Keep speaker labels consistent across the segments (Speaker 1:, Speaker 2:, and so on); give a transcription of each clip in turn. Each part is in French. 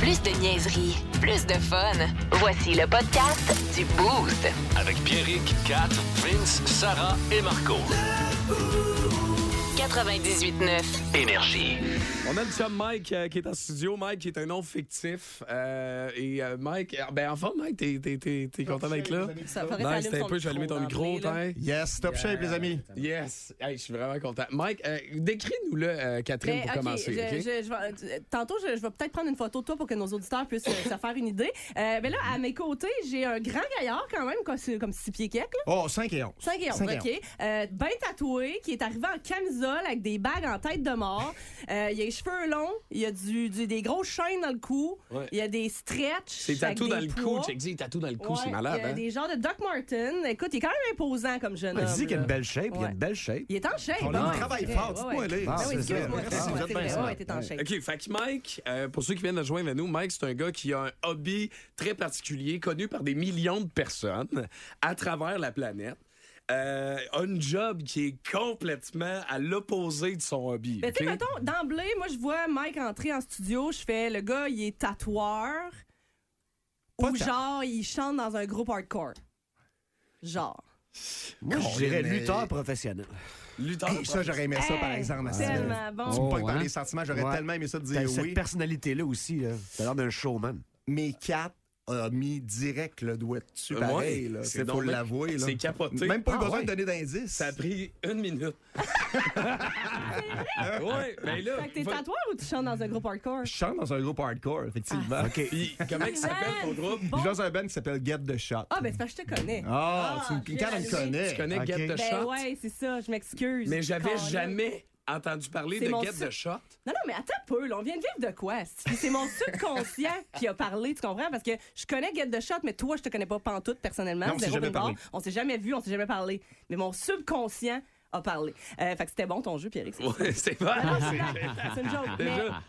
Speaker 1: Plus de niaiserie, plus de fun. Voici le podcast du Boost.
Speaker 2: Avec Pierrick, Kat, Vince, Sarah et Marco.
Speaker 1: 98.9.
Speaker 2: Énergie.
Speaker 3: On a le chum Mike euh, qui est en studio. Mike qui est un nom fictif. Euh, et euh, Mike, euh, ben enfin, Mike, t'es, t'es, t'es, t'es content d'être là?
Speaker 4: Ça ferait
Speaker 3: Nice,
Speaker 4: s'allumer
Speaker 3: t'es un
Speaker 4: son
Speaker 3: peu, j'ai allumé ton micro,
Speaker 4: d'emblée, là.
Speaker 3: t'es.
Speaker 5: Yes, stop shape, les amis.
Speaker 3: Yes, Hey, je suis vraiment content. Mike, euh, décris-nous-le, euh, Catherine,
Speaker 4: Ben,
Speaker 3: pour
Speaker 4: ok,
Speaker 3: commencer.
Speaker 4: je-
Speaker 3: ok?
Speaker 4: je- je vais- euh, tantôt, je, je vais peut-être prendre une photo de toi pour que nos auditeurs puissent euh, se faire une idée. Euh, mais là, à mes côtés, j'ai un grand gaillard quand même, comme, c'est- comme six pieds quelques.
Speaker 5: Oh, 5 et 11.
Speaker 4: 5 et 11,
Speaker 5: Cinq et
Speaker 4: OK. Euh, ben tatoué, qui est arrivé en camisole avec des bagues en tête de mort. Euh, il a les cheveux longs, il a du, du- des grosses chaînes dans le cou,
Speaker 3: Ouais.
Speaker 4: il a des stretches.
Speaker 3: C'est
Speaker 4: avec
Speaker 3: tatou
Speaker 4: des
Speaker 3: dans le cou,
Speaker 4: poids.
Speaker 3: check dit, tatou dans le cou,
Speaker 4: Ouais,
Speaker 3: c'est malade,
Speaker 4: il a
Speaker 3: hein?
Speaker 4: des genres de Doc Martin. Écoute, il est quand même imposant comme jeune homme.
Speaker 5: Il dit qu'il a
Speaker 4: là.
Speaker 5: une belle shape, il a
Speaker 4: Ouais.
Speaker 5: une belle shape.
Speaker 4: Il est en shape.
Speaker 5: On
Speaker 4: hein,
Speaker 5: il travaille
Speaker 4: c'est
Speaker 5: fort,
Speaker 4: vrai,
Speaker 5: dites-moi,
Speaker 4: ouais.
Speaker 5: allez.
Speaker 4: Ah
Speaker 5: Ah,
Speaker 4: oui,
Speaker 5: c'est ça.
Speaker 4: excuse-moi,
Speaker 5: Merci,
Speaker 4: c'est
Speaker 5: vous
Speaker 4: vrai,
Speaker 5: êtes bien
Speaker 4: ouais,
Speaker 5: sympa.
Speaker 4: ouais, t'es en shape.
Speaker 3: OK, fait que Mike, euh, pour ceux qui viennent de joindre à nous, Mike, c'est un gars qui a un hobby très particulier, connu par des millions de personnes à travers la planète. Euh, un job qui est complètement à l'opposé de son hobby.
Speaker 4: Mais tu
Speaker 3: OK?
Speaker 4: sais, mettons, d'emblée, moi, je vois Mike entrer en studio, je fais le gars, il est tatoueur.
Speaker 5: Pas
Speaker 4: ou
Speaker 5: tant.
Speaker 4: genre, il chante dans un groupe hardcore. Genre.
Speaker 5: Moi, je dirais lutteur professionnel.
Speaker 3: Lutteur
Speaker 5: Hey, ça, j'aurais aimé ça, par
Speaker 4: Hey,
Speaker 5: exemple. à ça.
Speaker 4: Tellement
Speaker 5: Tu
Speaker 4: bon.
Speaker 5: me
Speaker 6: Oh,
Speaker 5: pognes dans
Speaker 6: hein?
Speaker 5: les sentiments, j'aurais
Speaker 6: Ouais.
Speaker 5: tellement aimé ça te dire
Speaker 6: T'as
Speaker 5: Eh oui.
Speaker 6: cette personnalité-là aussi. là. T'as l'air d'un showman.
Speaker 5: Mais Kat a mis direct le doigt dessus,
Speaker 3: Ouais,
Speaker 5: pareil. là.
Speaker 3: c'est
Speaker 5: Euh, C'est
Speaker 3: donc
Speaker 5: pour
Speaker 3: bien-
Speaker 5: l'avouer. là.
Speaker 3: c'est capoté.
Speaker 5: Même pas eu
Speaker 6: Ah,
Speaker 5: besoin
Speaker 6: ouais.
Speaker 5: de donner d'indices.
Speaker 3: Ça a pris une minute. ouais, ben là.
Speaker 4: Fait que t'es
Speaker 3: va-
Speaker 4: tatoueur ou tu chantes dans un groupe hardcore?
Speaker 5: Je chante dans un groupe hardcore, effectivement.
Speaker 3: Puis, comment il s'appelle ton groupe?
Speaker 5: Je suis dans un band qui s'appelle Get the Shot.
Speaker 4: Ah, ben c'est parce que je te connais.
Speaker 5: Ah,
Speaker 4: Ah,
Speaker 5: tu me Kat, elle me
Speaker 4: j'ai-
Speaker 5: connaît.
Speaker 3: Tu connais Get
Speaker 5: Eh, OK.
Speaker 3: the
Speaker 4: Ben
Speaker 3: Shot?
Speaker 4: ouais, c'est ça, je m'excuse.
Speaker 3: Mais j'avais
Speaker 4: Colin.
Speaker 3: jamais entendu parler
Speaker 4: C'est
Speaker 3: de
Speaker 4: mon
Speaker 3: Get
Speaker 4: seul-
Speaker 3: the Shot.
Speaker 4: Non, non, mais attends un peu, là, on vient de vivre de quoi? C'est c'est mon subconscient qui a parlé, tu comprends? Parce que je connais Get the Shot, mais toi, je te connais pas pantoute personnellement.
Speaker 5: Non, on s'est
Speaker 4: zéro
Speaker 5: jamais
Speaker 4: d'une part.
Speaker 5: parlé.
Speaker 4: On s'est jamais vu, on s'est jamais parlé. Mais mon subconscient a parlé. Euh, fait que c'était bon ton jeu, Pierre.
Speaker 3: Ouais, c'est vrai.
Speaker 4: C'est une joke. Mais
Speaker 3: Déjà.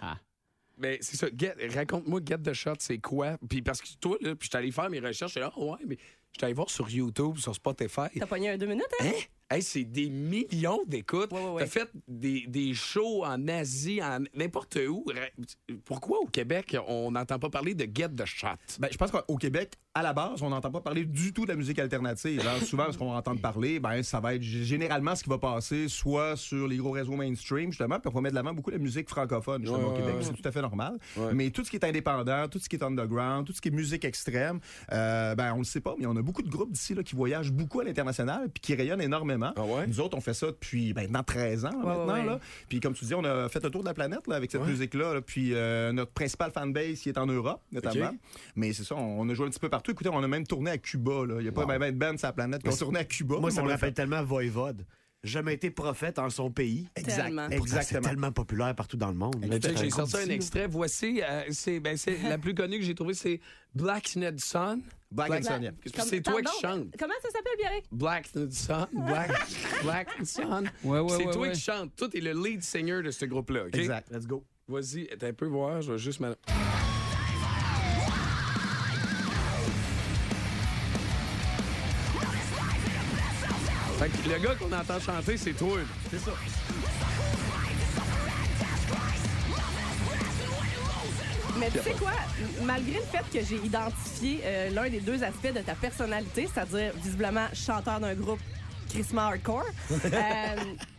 Speaker 3: Mais c'est ça. Get- Raconte-moi, Get the Shot, c'est quoi? Puis parce que toi, là, puis je suis allé faire mes recherches, et là, Ah ouais, mais je suis allé voir sur YouTube, sur Spotify.
Speaker 4: t'as pogné un deux minutes, hein?
Speaker 3: Hey, c'est des millions d'écoutes.
Speaker 4: Ouais, ouais, ouais.
Speaker 3: T'as fait des, des shows en Asie, en n'importe où. Ra- Pourquoi au Québec, on n'entend pas parler de Get the Shot?
Speaker 5: Ben, je pense qu'au Québec, à la base, on n'entend pas parler du tout de la musique alternative. Alors, souvent, ce qu'on va entendre parler, ben, ça va être g- généralement ce qui va passer soit sur les gros réseaux mainstream, justement, puis on va mettre de l'avant beaucoup la musique francophone, justement, au
Speaker 3: Ouais,
Speaker 5: Québec.
Speaker 3: ouais, ouais.
Speaker 5: C'est tout à fait normal.
Speaker 3: Ouais.
Speaker 5: Mais tout ce qui est indépendant, tout ce qui est underground, tout ce qui est musique extrême, euh, ben, on le sait pas, mais on a beaucoup de groupes d'ici là, qui voyagent beaucoup à l'international puis qui rayonnent énormément.
Speaker 3: Ah ouais?
Speaker 5: Nous autres, on fait ça depuis ben, maintenant 13 ans. là, maintenant,
Speaker 4: ouais.
Speaker 5: là. Puis comme tu dis, on a fait le tour de la planète là, avec cette musique-là. là. Puis euh, notre principal fanbase, qui est en Europe, notamment.
Speaker 3: Ok.
Speaker 5: Mais c'est ça, on on a joué un petit peu partout. Écoutez, on a même tourné à Cuba. là. Il n'y a pas même ben de band sur la planète qui ont tourné à Cuba.
Speaker 6: Moi, ça
Speaker 5: mais on
Speaker 6: me
Speaker 5: l'a
Speaker 6: rappelle
Speaker 5: fait.
Speaker 6: tellement Voivode. Jamais été prophète en son pays.
Speaker 5: Exact.
Speaker 4: Tellement.
Speaker 6: Pourtant, C'est
Speaker 5: Exactement.
Speaker 6: tellement populaire partout dans le monde.
Speaker 3: Mais check, Ben, j'ai
Speaker 6: C'est
Speaker 3: sorti un
Speaker 6: d'ici, là.
Speaker 3: extrait. Voici, euh, c'est ben, c'est la plus connue que j'ai trouvée, c'est Black Ned Sun.
Speaker 5: Black and Sonia.
Speaker 3: Puis
Speaker 4: Comme-
Speaker 3: C'est toi
Speaker 4: pardon,
Speaker 3: qui chantes.
Speaker 4: Comment ça s'appelle, Pierre?
Speaker 3: Black Ned Sun. Black, Black Sun.
Speaker 6: Ouais, ouais,
Speaker 3: c'est
Speaker 6: ouais,
Speaker 3: toi
Speaker 6: ouais.
Speaker 3: qui chantes. Toi, t'es le lead singer de ce groupe-là. OK?
Speaker 5: Exact.
Speaker 6: Let's go.
Speaker 3: Vas-y, t'as un peu voir, je vais juste me. Fait que le gars qu'on entend chanter, c'est toi. C'est ça.
Speaker 4: Mais tu sais quoi, m- malgré le fait que j'ai identifié euh, l'un des deux aspects de ta personnalité, c'est-à-dire visiblement chanteur d'un groupe Christmas Hardcore, euh,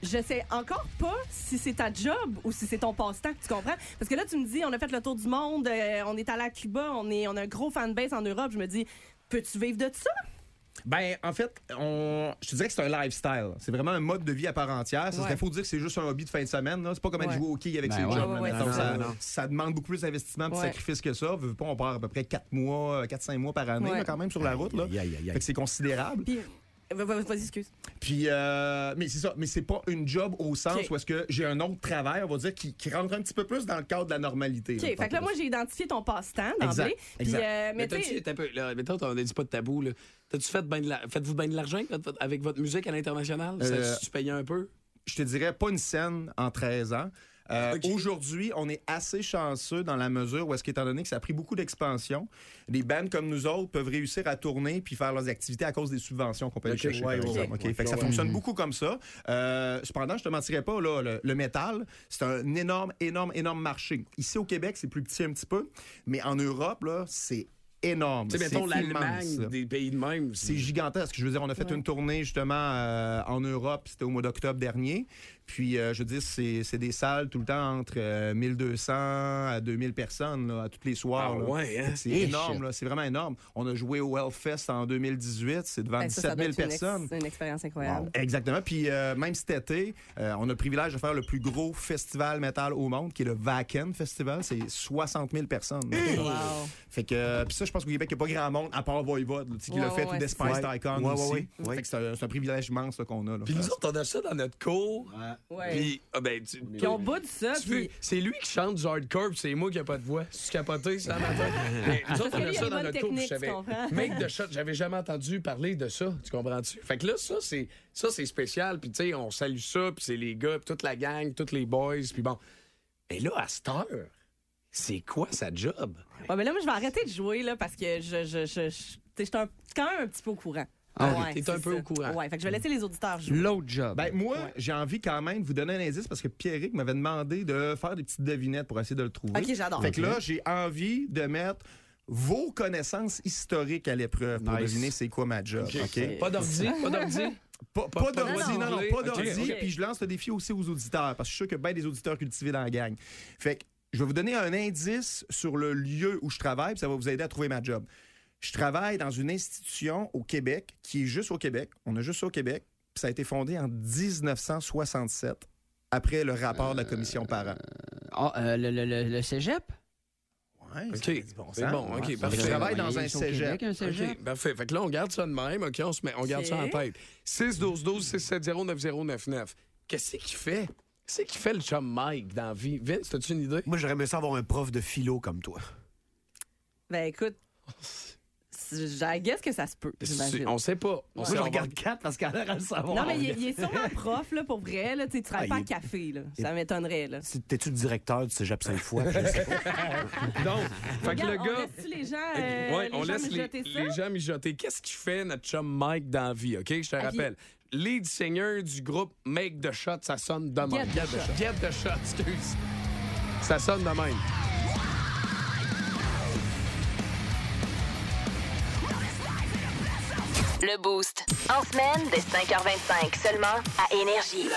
Speaker 4: je sais encore pas si c'est ta job ou si c'est ton passe-temps, tu comprends? Parce que là, tu me dis, on a fait le tour du monde, euh, on est allé à Cuba, on, est, on a un gros fanbase en Europe. Je me dis, peux-tu vivre de ça?
Speaker 5: Ben, en fait, on... je te dirais que c'est un lifestyle. C'est vraiment un mode de vie à part entière. Il
Speaker 4: Ouais.
Speaker 5: faut dire que c'est juste un hobby de fin de semaine. là. C'est pas comme aller
Speaker 4: Ouais.
Speaker 5: jouer au quai avec
Speaker 6: Ben
Speaker 5: ses
Speaker 6: ouais.
Speaker 5: chums,
Speaker 4: Ouais, ouais,
Speaker 5: mettons.
Speaker 4: ouais,
Speaker 5: ça,
Speaker 6: non, non.
Speaker 5: ça demande beaucoup plus d'investissement et de
Speaker 4: Ouais.
Speaker 5: sacrifices que ça. Veux pas, on part à peu près 4 mois, 4-5 mois par année
Speaker 4: Ouais.
Speaker 5: là, quand même sur la route. là.
Speaker 6: Aïe, aïe, aïe, aïe.
Speaker 5: Fait que c'est considérable.
Speaker 4: Puis, Va- va- Vas-y, excuse.
Speaker 5: Puis, euh, mais c'est ça. Mais c'est pas une job au sens
Speaker 4: Ok.
Speaker 5: où est-ce que j'ai un autre travail, on va dire, qui, qui rentre un petit peu plus dans le cadre de la normalité.
Speaker 4: OK, fait que là, moi, j'ai identifié ton passe-temps d'emblée.
Speaker 5: Exact,
Speaker 4: Puis,
Speaker 5: exact.
Speaker 4: euh,
Speaker 3: Mais
Speaker 4: mais tu
Speaker 3: t'as-tu,
Speaker 4: sais,
Speaker 3: t'as peu- là, mettons, on ne dit pas de tabou, là. T'as-tu fait ben de la- faites-vous bien de l'argent avec votre- avec votre musique à l'international? Ça,
Speaker 5: Euh,
Speaker 3: tu payais un peu?
Speaker 5: je te dirais, pas une scène en 13 ans. Euh,
Speaker 3: Ah, Ok.
Speaker 5: Aujourd'hui, on est assez chanceux dans la mesure où est-ce qu'étant donné que ça a pris beaucoup d'expansion, les bands comme nous autres peuvent réussir à tourner puis faire leurs activités à cause des subventions qu'on peut aller
Speaker 3: Ok,
Speaker 5: chercher. par
Speaker 6: ouais, ouais,
Speaker 5: exemple.
Speaker 6: ouais.
Speaker 5: Ok, fait que ça
Speaker 3: Mhm.
Speaker 5: fonctionne beaucoup comme ça. Euh, cependant, je te mentirais pas, là, le, le métal, c'est un énorme, énorme, énorme marché. Ici au Québec, c'est plus petit un petit peu, mais en Europe, là, c'est énorme.
Speaker 3: Tu sais, mettons
Speaker 5: C'est
Speaker 3: l'Allemagne,
Speaker 5: immense.
Speaker 3: des pays de même.
Speaker 5: C'est
Speaker 4: Mm.
Speaker 5: gigantesque. Je veux dire, on a fait une tournée justement euh, en Europe, c'était au mois d'octobre dernier. Puis, euh, je veux dire, c'est c'est des salles tout le temps entre euh, 1200 à 2000 personnes, là, à tous les soirs.
Speaker 3: Ah
Speaker 5: là.
Speaker 3: ouais, hein?
Speaker 5: C'est
Speaker 7: Eh,
Speaker 5: énorme,
Speaker 7: shit.
Speaker 5: là. c'est vraiment énorme. On a joué au Hellfest en 2018, c'est devant
Speaker 4: ben, ça, ça
Speaker 5: 17 000
Speaker 4: doit être une ex-
Speaker 5: personnes.
Speaker 4: une expérience incroyable.
Speaker 5: Exactement. Puis euh, même cet été, euh, on a le privilège de faire le plus gros festival métal au monde, qui est le Wacken Festival. C'est 60 000 personnes. Fait que, euh, puis ça, je pense qu'au Québec, il n'y a pas grand monde, à part Voivod, là, tu sais, qui
Speaker 4: Ouais,
Speaker 5: l'a fait,
Speaker 4: ouais,
Speaker 5: ou
Speaker 4: ouais,
Speaker 5: Despise
Speaker 6: c'est ça.
Speaker 5: Icon
Speaker 6: Ouais, ouais,
Speaker 5: aussi.
Speaker 6: ouais, ouais.
Speaker 5: Fait que c'est un, c'est un privilège immense là, qu'on a. Là,
Speaker 3: Puis nous autres, on a ça dans notre cours.
Speaker 4: Ouais.
Speaker 3: Puis, ah ben, tu,
Speaker 4: Puis on bout de ça,
Speaker 3: tu veux-
Speaker 4: puis...
Speaker 3: c'est lui qui chante du hardcore, puis c'est moi qui n'ai pas de voix. C'est capoté, ça, matin. Mais nous autres,
Speaker 4: que
Speaker 3: on
Speaker 4: lui,
Speaker 3: a
Speaker 4: il a
Speaker 3: ça
Speaker 4: une
Speaker 3: dans
Speaker 4: bonne
Speaker 3: notre cours, puis
Speaker 4: technique,
Speaker 3: je savais.
Speaker 4: tu comprends?
Speaker 3: Make the shot, j'avais jamais entendu parler de ça, tu comprends-tu? Fait que là, ça, c'est, ça, c'est spécial, puis tu sais, on salue ça, puis c'est les gars, puis toute la gang, tous les boys, puis bon. Mais là, à cette heure, c'est quoi sa job?
Speaker 4: Ouais, mais là, moi, je vais arrêter de jouer, là, parce que je... je, je, je- tu sais, je suis un- quand même un petit peu au courant.
Speaker 3: Ah,
Speaker 4: Ouais,
Speaker 3: t'es un
Speaker 4: c'est
Speaker 3: peu
Speaker 4: ça.
Speaker 3: au courant.
Speaker 4: Ouais, fait que je vais laisser les auditeurs jouer.
Speaker 7: L'autre job.
Speaker 5: Ben, moi, j'ai envie quand même de vous donner un indice parce que Pierrick m'avait demandé de faire des petites devinettes pour essayer de le trouver.
Speaker 4: OK, j'adore.
Speaker 5: Fait que là, j'ai envie de mettre vos connaissances historiques à l'épreuve pour
Speaker 6: Nice.
Speaker 5: deviner c'est quoi ma job. OK?
Speaker 3: Pas d'ordi, pas d'ordi.
Speaker 5: Pas,
Speaker 3: Pas-
Speaker 5: pas
Speaker 3: pas
Speaker 5: d'ordi,
Speaker 4: d'ordi.
Speaker 5: non, non,
Speaker 3: Ok,
Speaker 5: pas d'ordi.
Speaker 4: ok.
Speaker 5: Puis je lance le défi aussi aux auditeurs, parce que je suis sûr que bien des auditeurs cultivés dans la gang. Fait que je vais vous donner un indice sur le lieu où je travaille, puis ça va vous aider à trouver ma job. Je travaille dans une institution au Québec, qui est juste au Québec. On a juste ça au Québec. Puis ça a été fondé en 1967, après le rapport de la commission parent.
Speaker 7: Ah, euh, le, le, le, le cégep?
Speaker 5: Ouais,
Speaker 3: OK,
Speaker 5: c'est du bon
Speaker 3: c'est
Speaker 5: sens.
Speaker 3: bon, hein? OK,
Speaker 5: Ouais,
Speaker 3: parfait.
Speaker 5: Je travaille
Speaker 7: Ouais,
Speaker 5: dans un
Speaker 7: ils sont au
Speaker 5: cégep.
Speaker 7: Québec, un cégep?
Speaker 3: OK, parfait. Fait que là, on garde ça de même. OK, on, se met, on garde ça en
Speaker 4: OK.
Speaker 3: tête. 6 12 12 6 7 0 9 0 9 9. Qu'est-ce qu'il fait? Qu'est-ce qu'il fait le chum Mike dans la vie? Vince, t'as-tu une idée?
Speaker 6: Moi, j'aurais aimé ça avoir un prof de philo comme toi.
Speaker 4: Ben, écoute, c'est- je guess que ça se peut,
Speaker 3: Ben, C'est-
Speaker 4: j'imagine.
Speaker 3: On sait pas. On sait, on va-
Speaker 6: Kat parce qu'elle a l'air à le savoir.
Speaker 4: Non, mais il, est- il est sûrement prof, là, pour vrai. Là, tu sais, tu travailles
Speaker 6: Ah,
Speaker 4: pas
Speaker 6: il
Speaker 4: à
Speaker 6: est-
Speaker 4: café, là. Ça m'étonnerait, là.
Speaker 6: C'est- T'es-tu le directeur du cégep Sainte-Foy? Je sais pas.
Speaker 3: Donc, fait que
Speaker 4: Regarde,
Speaker 3: le
Speaker 4: on
Speaker 3: gars.
Speaker 4: laisse-tu les gens, euh,
Speaker 3: Ouais,
Speaker 4: les
Speaker 3: on
Speaker 4: gens
Speaker 3: laisse les,
Speaker 4: mijoter ça?
Speaker 3: les gens mijoter. Qu'est-ce qu'il fait notre chum Mike dans la vie? OK, je te rappelle. Lead singer du groupe Make the Shot, ça sonne de même.
Speaker 4: Get the Shot.
Speaker 3: Get the Shot, excuse. Ça sonne de même.
Speaker 1: Le Boost. En semaine, dès 5h25, seulement à Énergie.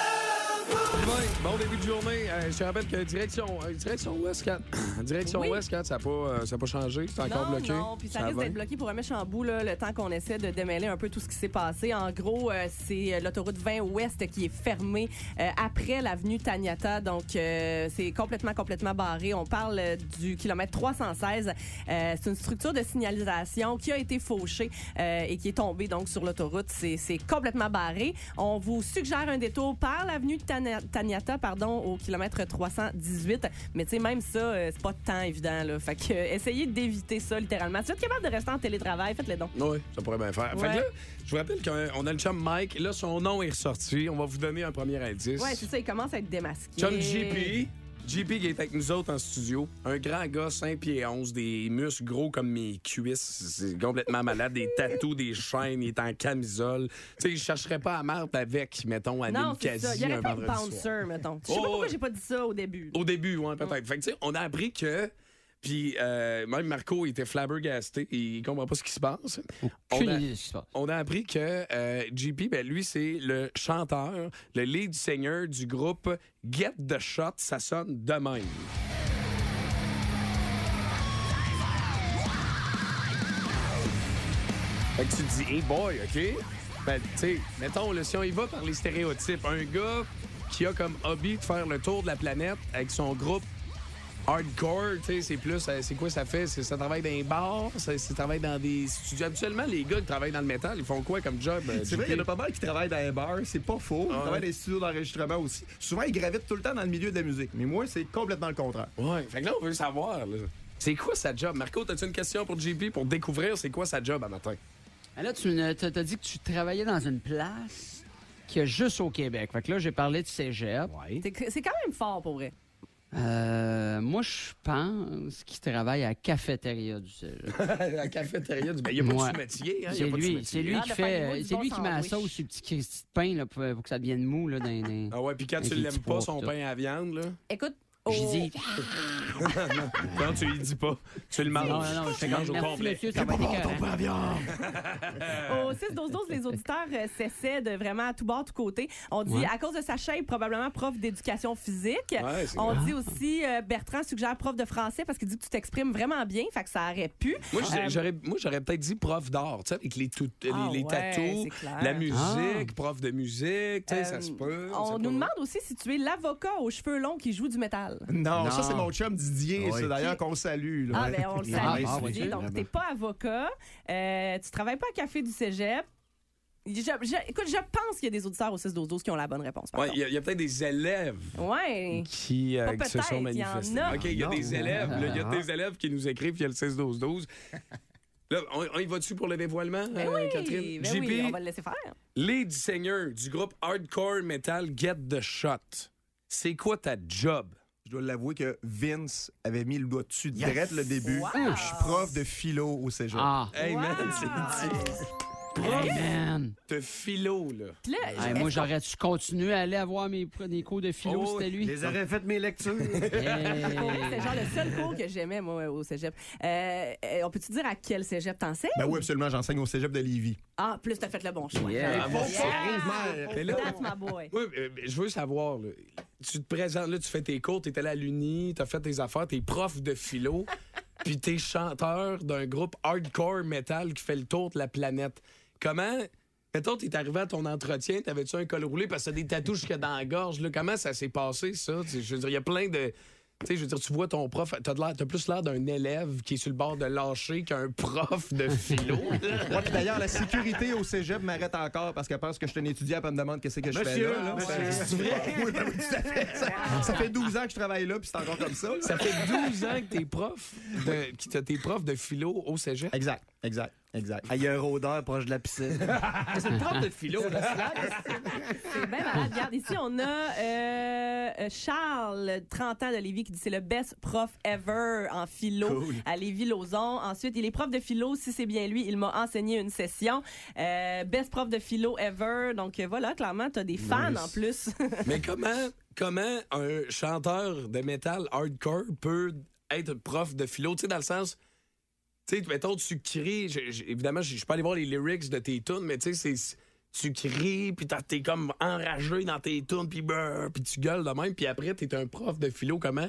Speaker 3: Ouais, Bon début de journée. Euh, je te rappelle que direction, euh, direction Ouest 4. direction
Speaker 4: Oui.
Speaker 3: Ouest 4, ça n'a pas, euh, ça a pas changé. C'est encore
Speaker 4: non,
Speaker 3: bloqué.
Speaker 4: Non, puis ça, risque
Speaker 3: va.
Speaker 4: d'être bloqué pour un méchant bout, là, le temps qu'on essaie de démêler un peu tout ce qui s'est passé. En gros, euh, c'est euh, l'autoroute 20 Ouest qui est fermée euh, après l'avenue Taniata. Donc, euh, c'est complètement, complètement barré. On parle euh, du kilomètre 316. Euh, c'est une structure de signalisation qui a été fauchée euh, et qui est tombée donc sur l'autoroute. C'est c'est complètement barré. On vous suggère un détour par l'avenue Tana- Taniata, pardon, au kilomètre 318. Mais tu sais, même ça, euh, c'est pas tant évident. Là. Fait que euh, essayez d'éviter ça littéralement. Si vous êtes capable de rester en télétravail, faites-le donc.
Speaker 3: Oui, ça pourrait bien faire. Fait que
Speaker 4: Ouais.
Speaker 3: là, je vous rappelle qu'on a le chum Mike. Là, son nom est ressorti. On va vous donner un premier indice.
Speaker 4: Ouais, c'est ça, il commence à être démasqué.
Speaker 3: Chum JP. JP qui est avec nous autres en studio. Un grand gars, 5 pieds 11, des muscles gros comme mes cuisses. C'est complètement malade. Des tatous, des chaînes. Il est en camisole. Tu sais, je chercherais pas à marde avec, mettons, à
Speaker 4: Non, c'est
Speaker 3: quasi
Speaker 4: ça. Il y
Speaker 3: un
Speaker 4: aurait pas de
Speaker 3: vendredi soir.
Speaker 4: bouncer, mettons. Je sais
Speaker 3: Oh,
Speaker 4: pas pourquoi
Speaker 3: ouais.
Speaker 4: j'ai pas dit ça au début.
Speaker 3: Au début, ouais, peut-être. Fait que, tu sais, on a appris que. Puis, euh, même Marco était flabbergasté. Il comprend pas ce qui se passe. On
Speaker 7: Aucune
Speaker 3: a,
Speaker 7: idée de ce qui se passe.
Speaker 3: on a appris que euh, JP, ben, lui, c'est le chanteur, le lead singer du groupe Get the Shot. Ça sonne de même. Fait que tu te dis, hey boy, OK? Ben, tu sais, mettons, là, si on y va par les stéréotypes, un gars qui a comme hobby de faire le tour de la planète avec son groupe hardcore, tu sais, c'est plus, euh, c'est quoi ça fait? C'est- Ça travaille dans les bars, ça, ça travaille dans des studios. Habituellement, les gars qui travaillent dans le métal, ils font quoi comme job? euh,
Speaker 5: C'est vrai, il y en
Speaker 3: JP?
Speaker 5: a pas mal qui travaillent dans les bars, c'est pas faux. Ils travaillent dans les studios d'enregistrement aussi. Souvent, ils gravitent tout le temps dans le milieu de la musique. Mais moi, c'est complètement le contraire.
Speaker 3: Ouais, fait que là, on veut savoir, là. C'est quoi sa job? Marco, t'as-tu une question pour JP pour découvrir c'est quoi sa job à matin?
Speaker 7: Mais Là, tu ne- t'as t'as dit que tu travaillais dans une place qui est juste au Québec. Fait que là, j'ai parlé de cégep.
Speaker 3: Oh!
Speaker 4: C'est- C'est quand même fort pour vrai.
Speaker 7: Euh, moi, je pense qu'il travaille à la cafétéria du cégep.
Speaker 3: la cafétéria du. Ben, il n'y a pas
Speaker 7: Ouais.
Speaker 3: de métier, hein? y a
Speaker 7: C'est
Speaker 3: pas de
Speaker 7: lui,
Speaker 3: sous-métier.
Speaker 7: c'est lui
Speaker 4: Ah,
Speaker 7: qui
Speaker 4: de faire des
Speaker 7: fait,
Speaker 4: mots
Speaker 7: c'est
Speaker 4: du
Speaker 7: lui
Speaker 4: bon
Speaker 7: qui met la
Speaker 4: sandwich.
Speaker 7: sauce sur le petit Christy de pain là, pour, pour que ça devienne mou là, dans les-
Speaker 3: Ah ouais, puis quand
Speaker 7: Avec
Speaker 3: tu
Speaker 7: les
Speaker 3: l'aimes
Speaker 7: petits
Speaker 3: pas,
Speaker 7: pois,
Speaker 3: son
Speaker 7: tout.
Speaker 3: pain à viande, là.
Speaker 4: Écoute,
Speaker 3: Oh.
Speaker 7: J'ai
Speaker 4: au-
Speaker 7: dit,
Speaker 3: Non, tu lui dis pas. Tu le manges.
Speaker 7: non, non, non, je
Speaker 3: tu
Speaker 7: fais
Speaker 3: le manges
Speaker 7: comme,
Speaker 3: au
Speaker 7: merci
Speaker 3: complet.
Speaker 7: monsieur, ça va être écœurant.
Speaker 4: Au 6-12-12, les auditeurs euh, s'essaient de vraiment à tout bord, tout côté. On dit,
Speaker 7: Ouais.
Speaker 4: à cause de sa shape, probablement prof d'éducation physique.
Speaker 3: Ouais, c'est
Speaker 4: On dit aussi, euh, Bertrand suggère prof de français parce qu'il dit que tu t'exprimes vraiment bien, fait que ça aurait pu. Euh,
Speaker 3: Moi, je- j'aurais, moi, j'aurais peut-être dit prof d'art, tu sais, avec les, tout- les,
Speaker 4: Ah
Speaker 3: les
Speaker 4: ouais,
Speaker 3: tatous,
Speaker 4: c'est clair. Ah.
Speaker 3: la musique, prof de musique, tu sais,
Speaker 4: Euh,
Speaker 3: ça se peut.
Speaker 4: On
Speaker 3: c'est
Speaker 4: nous
Speaker 3: pas-
Speaker 4: demande aussi si tu es l'avocat aux cheveux longs qui joue du métal.
Speaker 5: Non, Ah
Speaker 6: Non.
Speaker 5: ça, c'est mon chum Didier,
Speaker 6: Oui.
Speaker 5: ça, d'ailleurs, qu'on salue. là.
Speaker 4: Ah, ben on le
Speaker 6: Ah,
Speaker 4: savait,
Speaker 6: ah,
Speaker 4: Didier.
Speaker 6: oui,
Speaker 4: donc
Speaker 6: vraiment.
Speaker 4: t'es pas avocat, euh, tu travailles pas à Café du Cégep. Je- je- écoute, je pense qu'il y a des auditeurs au 6-12-12 qui ont la bonne réponse. par
Speaker 3: Ouais, il y a- il y a, peut-être des élèves
Speaker 4: contre. Ouais.
Speaker 3: qui, euh,
Speaker 4: Pas
Speaker 3: qui se sont
Speaker 4: peut-être, il y en
Speaker 3: manifestés. Ah.
Speaker 4: a.
Speaker 3: OK, il y a
Speaker 6: Non.
Speaker 3: des élèves, là, il y a des élèves qui nous écrivent, puis il y a le 16-12-12. Là, on, on y va dessus pour le dévoilement,
Speaker 4: Ben
Speaker 3: euh,
Speaker 4: oui,
Speaker 3: Catherine?
Speaker 4: ben
Speaker 3: JP,
Speaker 4: oui, on va le laisser faire.
Speaker 3: lead singer du groupe hardcore metal Get the Shot. C'est quoi ta job?
Speaker 5: Je dois l'avouer que Vince avait mis le doigt dessus
Speaker 6: Yes.
Speaker 5: direct le début.
Speaker 4: Wow.
Speaker 5: Je suis prof de philo au cégep.
Speaker 7: Ah,
Speaker 3: Hey, man,
Speaker 4: Wow!
Speaker 3: c'est dit.
Speaker 7: hey, man.
Speaker 3: Te philo, là.
Speaker 4: Puis là,
Speaker 7: Hey, moi, j'aurais dû continuer à aller avoir mes, mes cours de philo,
Speaker 3: Oh,
Speaker 7: c'était lui.
Speaker 6: Je les aurais fait mes lectures.
Speaker 7: Hey.
Speaker 4: Pour vrai, Ah, c'est genre le seul cours que j'aimais, moi, au cégep. Euh, euh, on peut-tu dire à quel cégep t'enseignes?
Speaker 5: Ben oui, absolument, j'enseigne au cégep de Lévis.
Speaker 4: Ah, plus t'as fait le bon choix.
Speaker 7: Yeah.
Speaker 4: Ah,
Speaker 3: bon
Speaker 4: yeah.
Speaker 3: euh, Mais Ah, ben là-
Speaker 4: That's my boy.
Speaker 3: Oui, mais- mais je veux savoir, là, tu te présentes, là, tu fais tes cours, t'es allé à l'Uni, t'as fait tes affaires, t'es prof de philo, puis t'es chanteur d'un groupe hardcore metal qui fait le tour de la planète. Comment, mettons, t'es arrivé à ton entretien, t'avais-tu un col roulé parce que t'as des tatouages jusque dans la gorge, là, comment ça s'est passé, ça? Tu sais, Je veux dire, il y a plein de... Tu sais, je veux dire, tu vois ton prof, t'as de l'air- t'as plus l'air d'un élève qui est sur le bord de lâcher qu'un prof de philo.
Speaker 5: Moi, Ah, puis d'ailleurs, la sécurité au cégep m'arrête encore parce qu'elle pense que je suis un étudiant et me demande qu'est-ce que je fais
Speaker 6: Monsieur,
Speaker 5: là.
Speaker 6: là,
Speaker 5: Ça-
Speaker 6: monsieur.
Speaker 5: C'est vrai? Oui, ben oui, tout à fait. Ça, ça fait 12 ans que je travaille là, puis c'est encore comme ça. là.
Speaker 3: Ça fait 12 ans que t'es prof de, que t'as tes profs de philo au cégep.
Speaker 5: Exact, exact, exact.
Speaker 6: Ah, Il y a un rôdeur proche de la piscine.
Speaker 5: C'est le prof de philo,
Speaker 4: C'est bien malade. Ben, Regarde, ici, on a euh, euh, Charles, 30 ans de Lévis, qui dit c'est le best prof ever en philo à Lévis-Lauzon. Ensuite, il est prof de philo. Si c'est bien lui, il m'a enseigné une session. Euh, best prof de philo ever. Donc euh, voilà, clairement, t'as des fans en plus.
Speaker 3: Mais comment, comment un chanteur de métal hardcore peut être prof de philo? Tu sais, dans le sens. Tu sais, mettons, tu cries. je- je- évidemment, je je suis pas allé voir les lyrics de tes tunes, mais tu sais, c'est. Tu cries, puis t'as- t'es comme enragé dans tes tunes, puis brrr, puis tu gueules de même, puis après, t'es un prof de philo. Comment,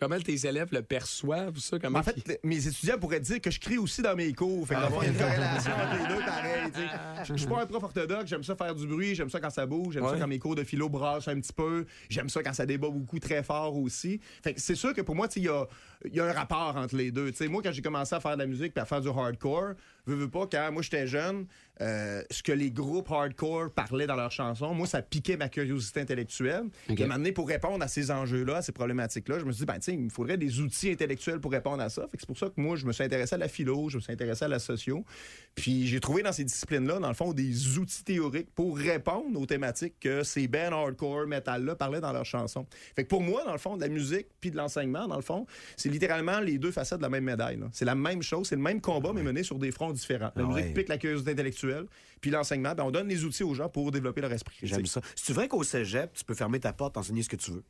Speaker 3: comment tes élèves le perçoivent, ça? Comment
Speaker 5: Ben, En fait, le- mes étudiants pourraient dire que je crie aussi dans mes cours. Fait que dans le fond, il y a une corrélation entre les deux, pareil. tu sais. Je- Je suis pas un prof orthodoxe, j'aime ça faire du bruit, j'aime ça quand ça bouge, j'aime
Speaker 3: Ouais.
Speaker 5: ça quand mes cours de philo brassent un petit peu, j'aime ça quand ça débat beaucoup très fort aussi. Fait que c'est sûr que pour moi, tu sais, il y a, il y a un rapport entre les deux. Tu sais, moi, quand j'ai commencé à faire de la musique puis à faire du hardcore, veux, veux pas, quand moi j'étais jeune, euh, ce que les groupes hardcore parlaient dans leurs chansons, moi, ça piquait ma curiosité intellectuelle. Puis à un moment donné, pour répondre à ces enjeux-là, à ces problématiques-là, je me suis dit, ben, tu sais, il me faudrait des outils intellectuels pour répondre à ça. Fait que c'est pour ça que moi, je me suis intéressé à la philo, je me suis intéressé à la socio. Puis j'ai trouvé dans ces disciplines-là, dans le fond, des outils théoriques pour répondre aux thématiques que ces bands hardcore, metal-là parlaient dans leurs chansons. Fait que pour moi, dans le fond, de la musique puis de l'enseignement, dans le fond, c'est littéralement les deux facettes de la même médaille. là. C'est la même chose, c'est le même combat, mais mené sur des fronts différents. La
Speaker 6: Ah
Speaker 5: musique
Speaker 6: ouais.
Speaker 5: pique la curiosité intellectuelle, puis l'enseignement, ben, on donne les outils aux gens pour développer leur esprit critique.
Speaker 6: J'aime ça. C'est vrai qu'au cégep, tu peux fermer ta porte, enseigner ce que tu veux.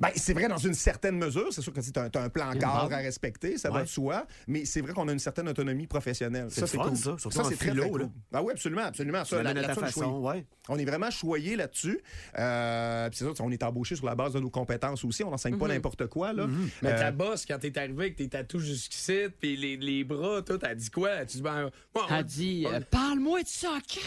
Speaker 5: Ben, c'est vrai dans une certaine mesure. C'est sûr que tu as, un plan
Speaker 7: une
Speaker 5: cadre
Speaker 7: base.
Speaker 5: à respecter, ça va
Speaker 6: Ouais.
Speaker 5: de soi. Mais c'est vrai qu'on a une certaine autonomie professionnelle.
Speaker 6: C'est le fun,
Speaker 5: cool.
Speaker 6: ça, surtout
Speaker 5: ça,
Speaker 6: en
Speaker 5: c'est très,
Speaker 6: philo,
Speaker 5: très cool.
Speaker 6: là.
Speaker 5: Ben oui, absolument, absolument.
Speaker 6: Tu
Speaker 5: Ça,
Speaker 6: l'amènes à ta
Speaker 5: là-dessus, on est
Speaker 6: façon,
Speaker 5: choyé.
Speaker 6: ouais.
Speaker 5: On est vraiment choyé là-dessus. Euh, puis c'est sûr, on est embauché sur la base de nos compétences aussi. On n'enseigne
Speaker 6: Mhm.
Speaker 5: pas n'importe quoi. Là.
Speaker 3: Mais
Speaker 5: Euh,
Speaker 3: ta bosse, quand t'es arrivé avec tes tatous jusqu'ici, puis les, les bras, tout, elle dit quoi? Tu dis, ben, moi, on-
Speaker 7: Elle dit, euh, parle-moi de ça,
Speaker 3: Tu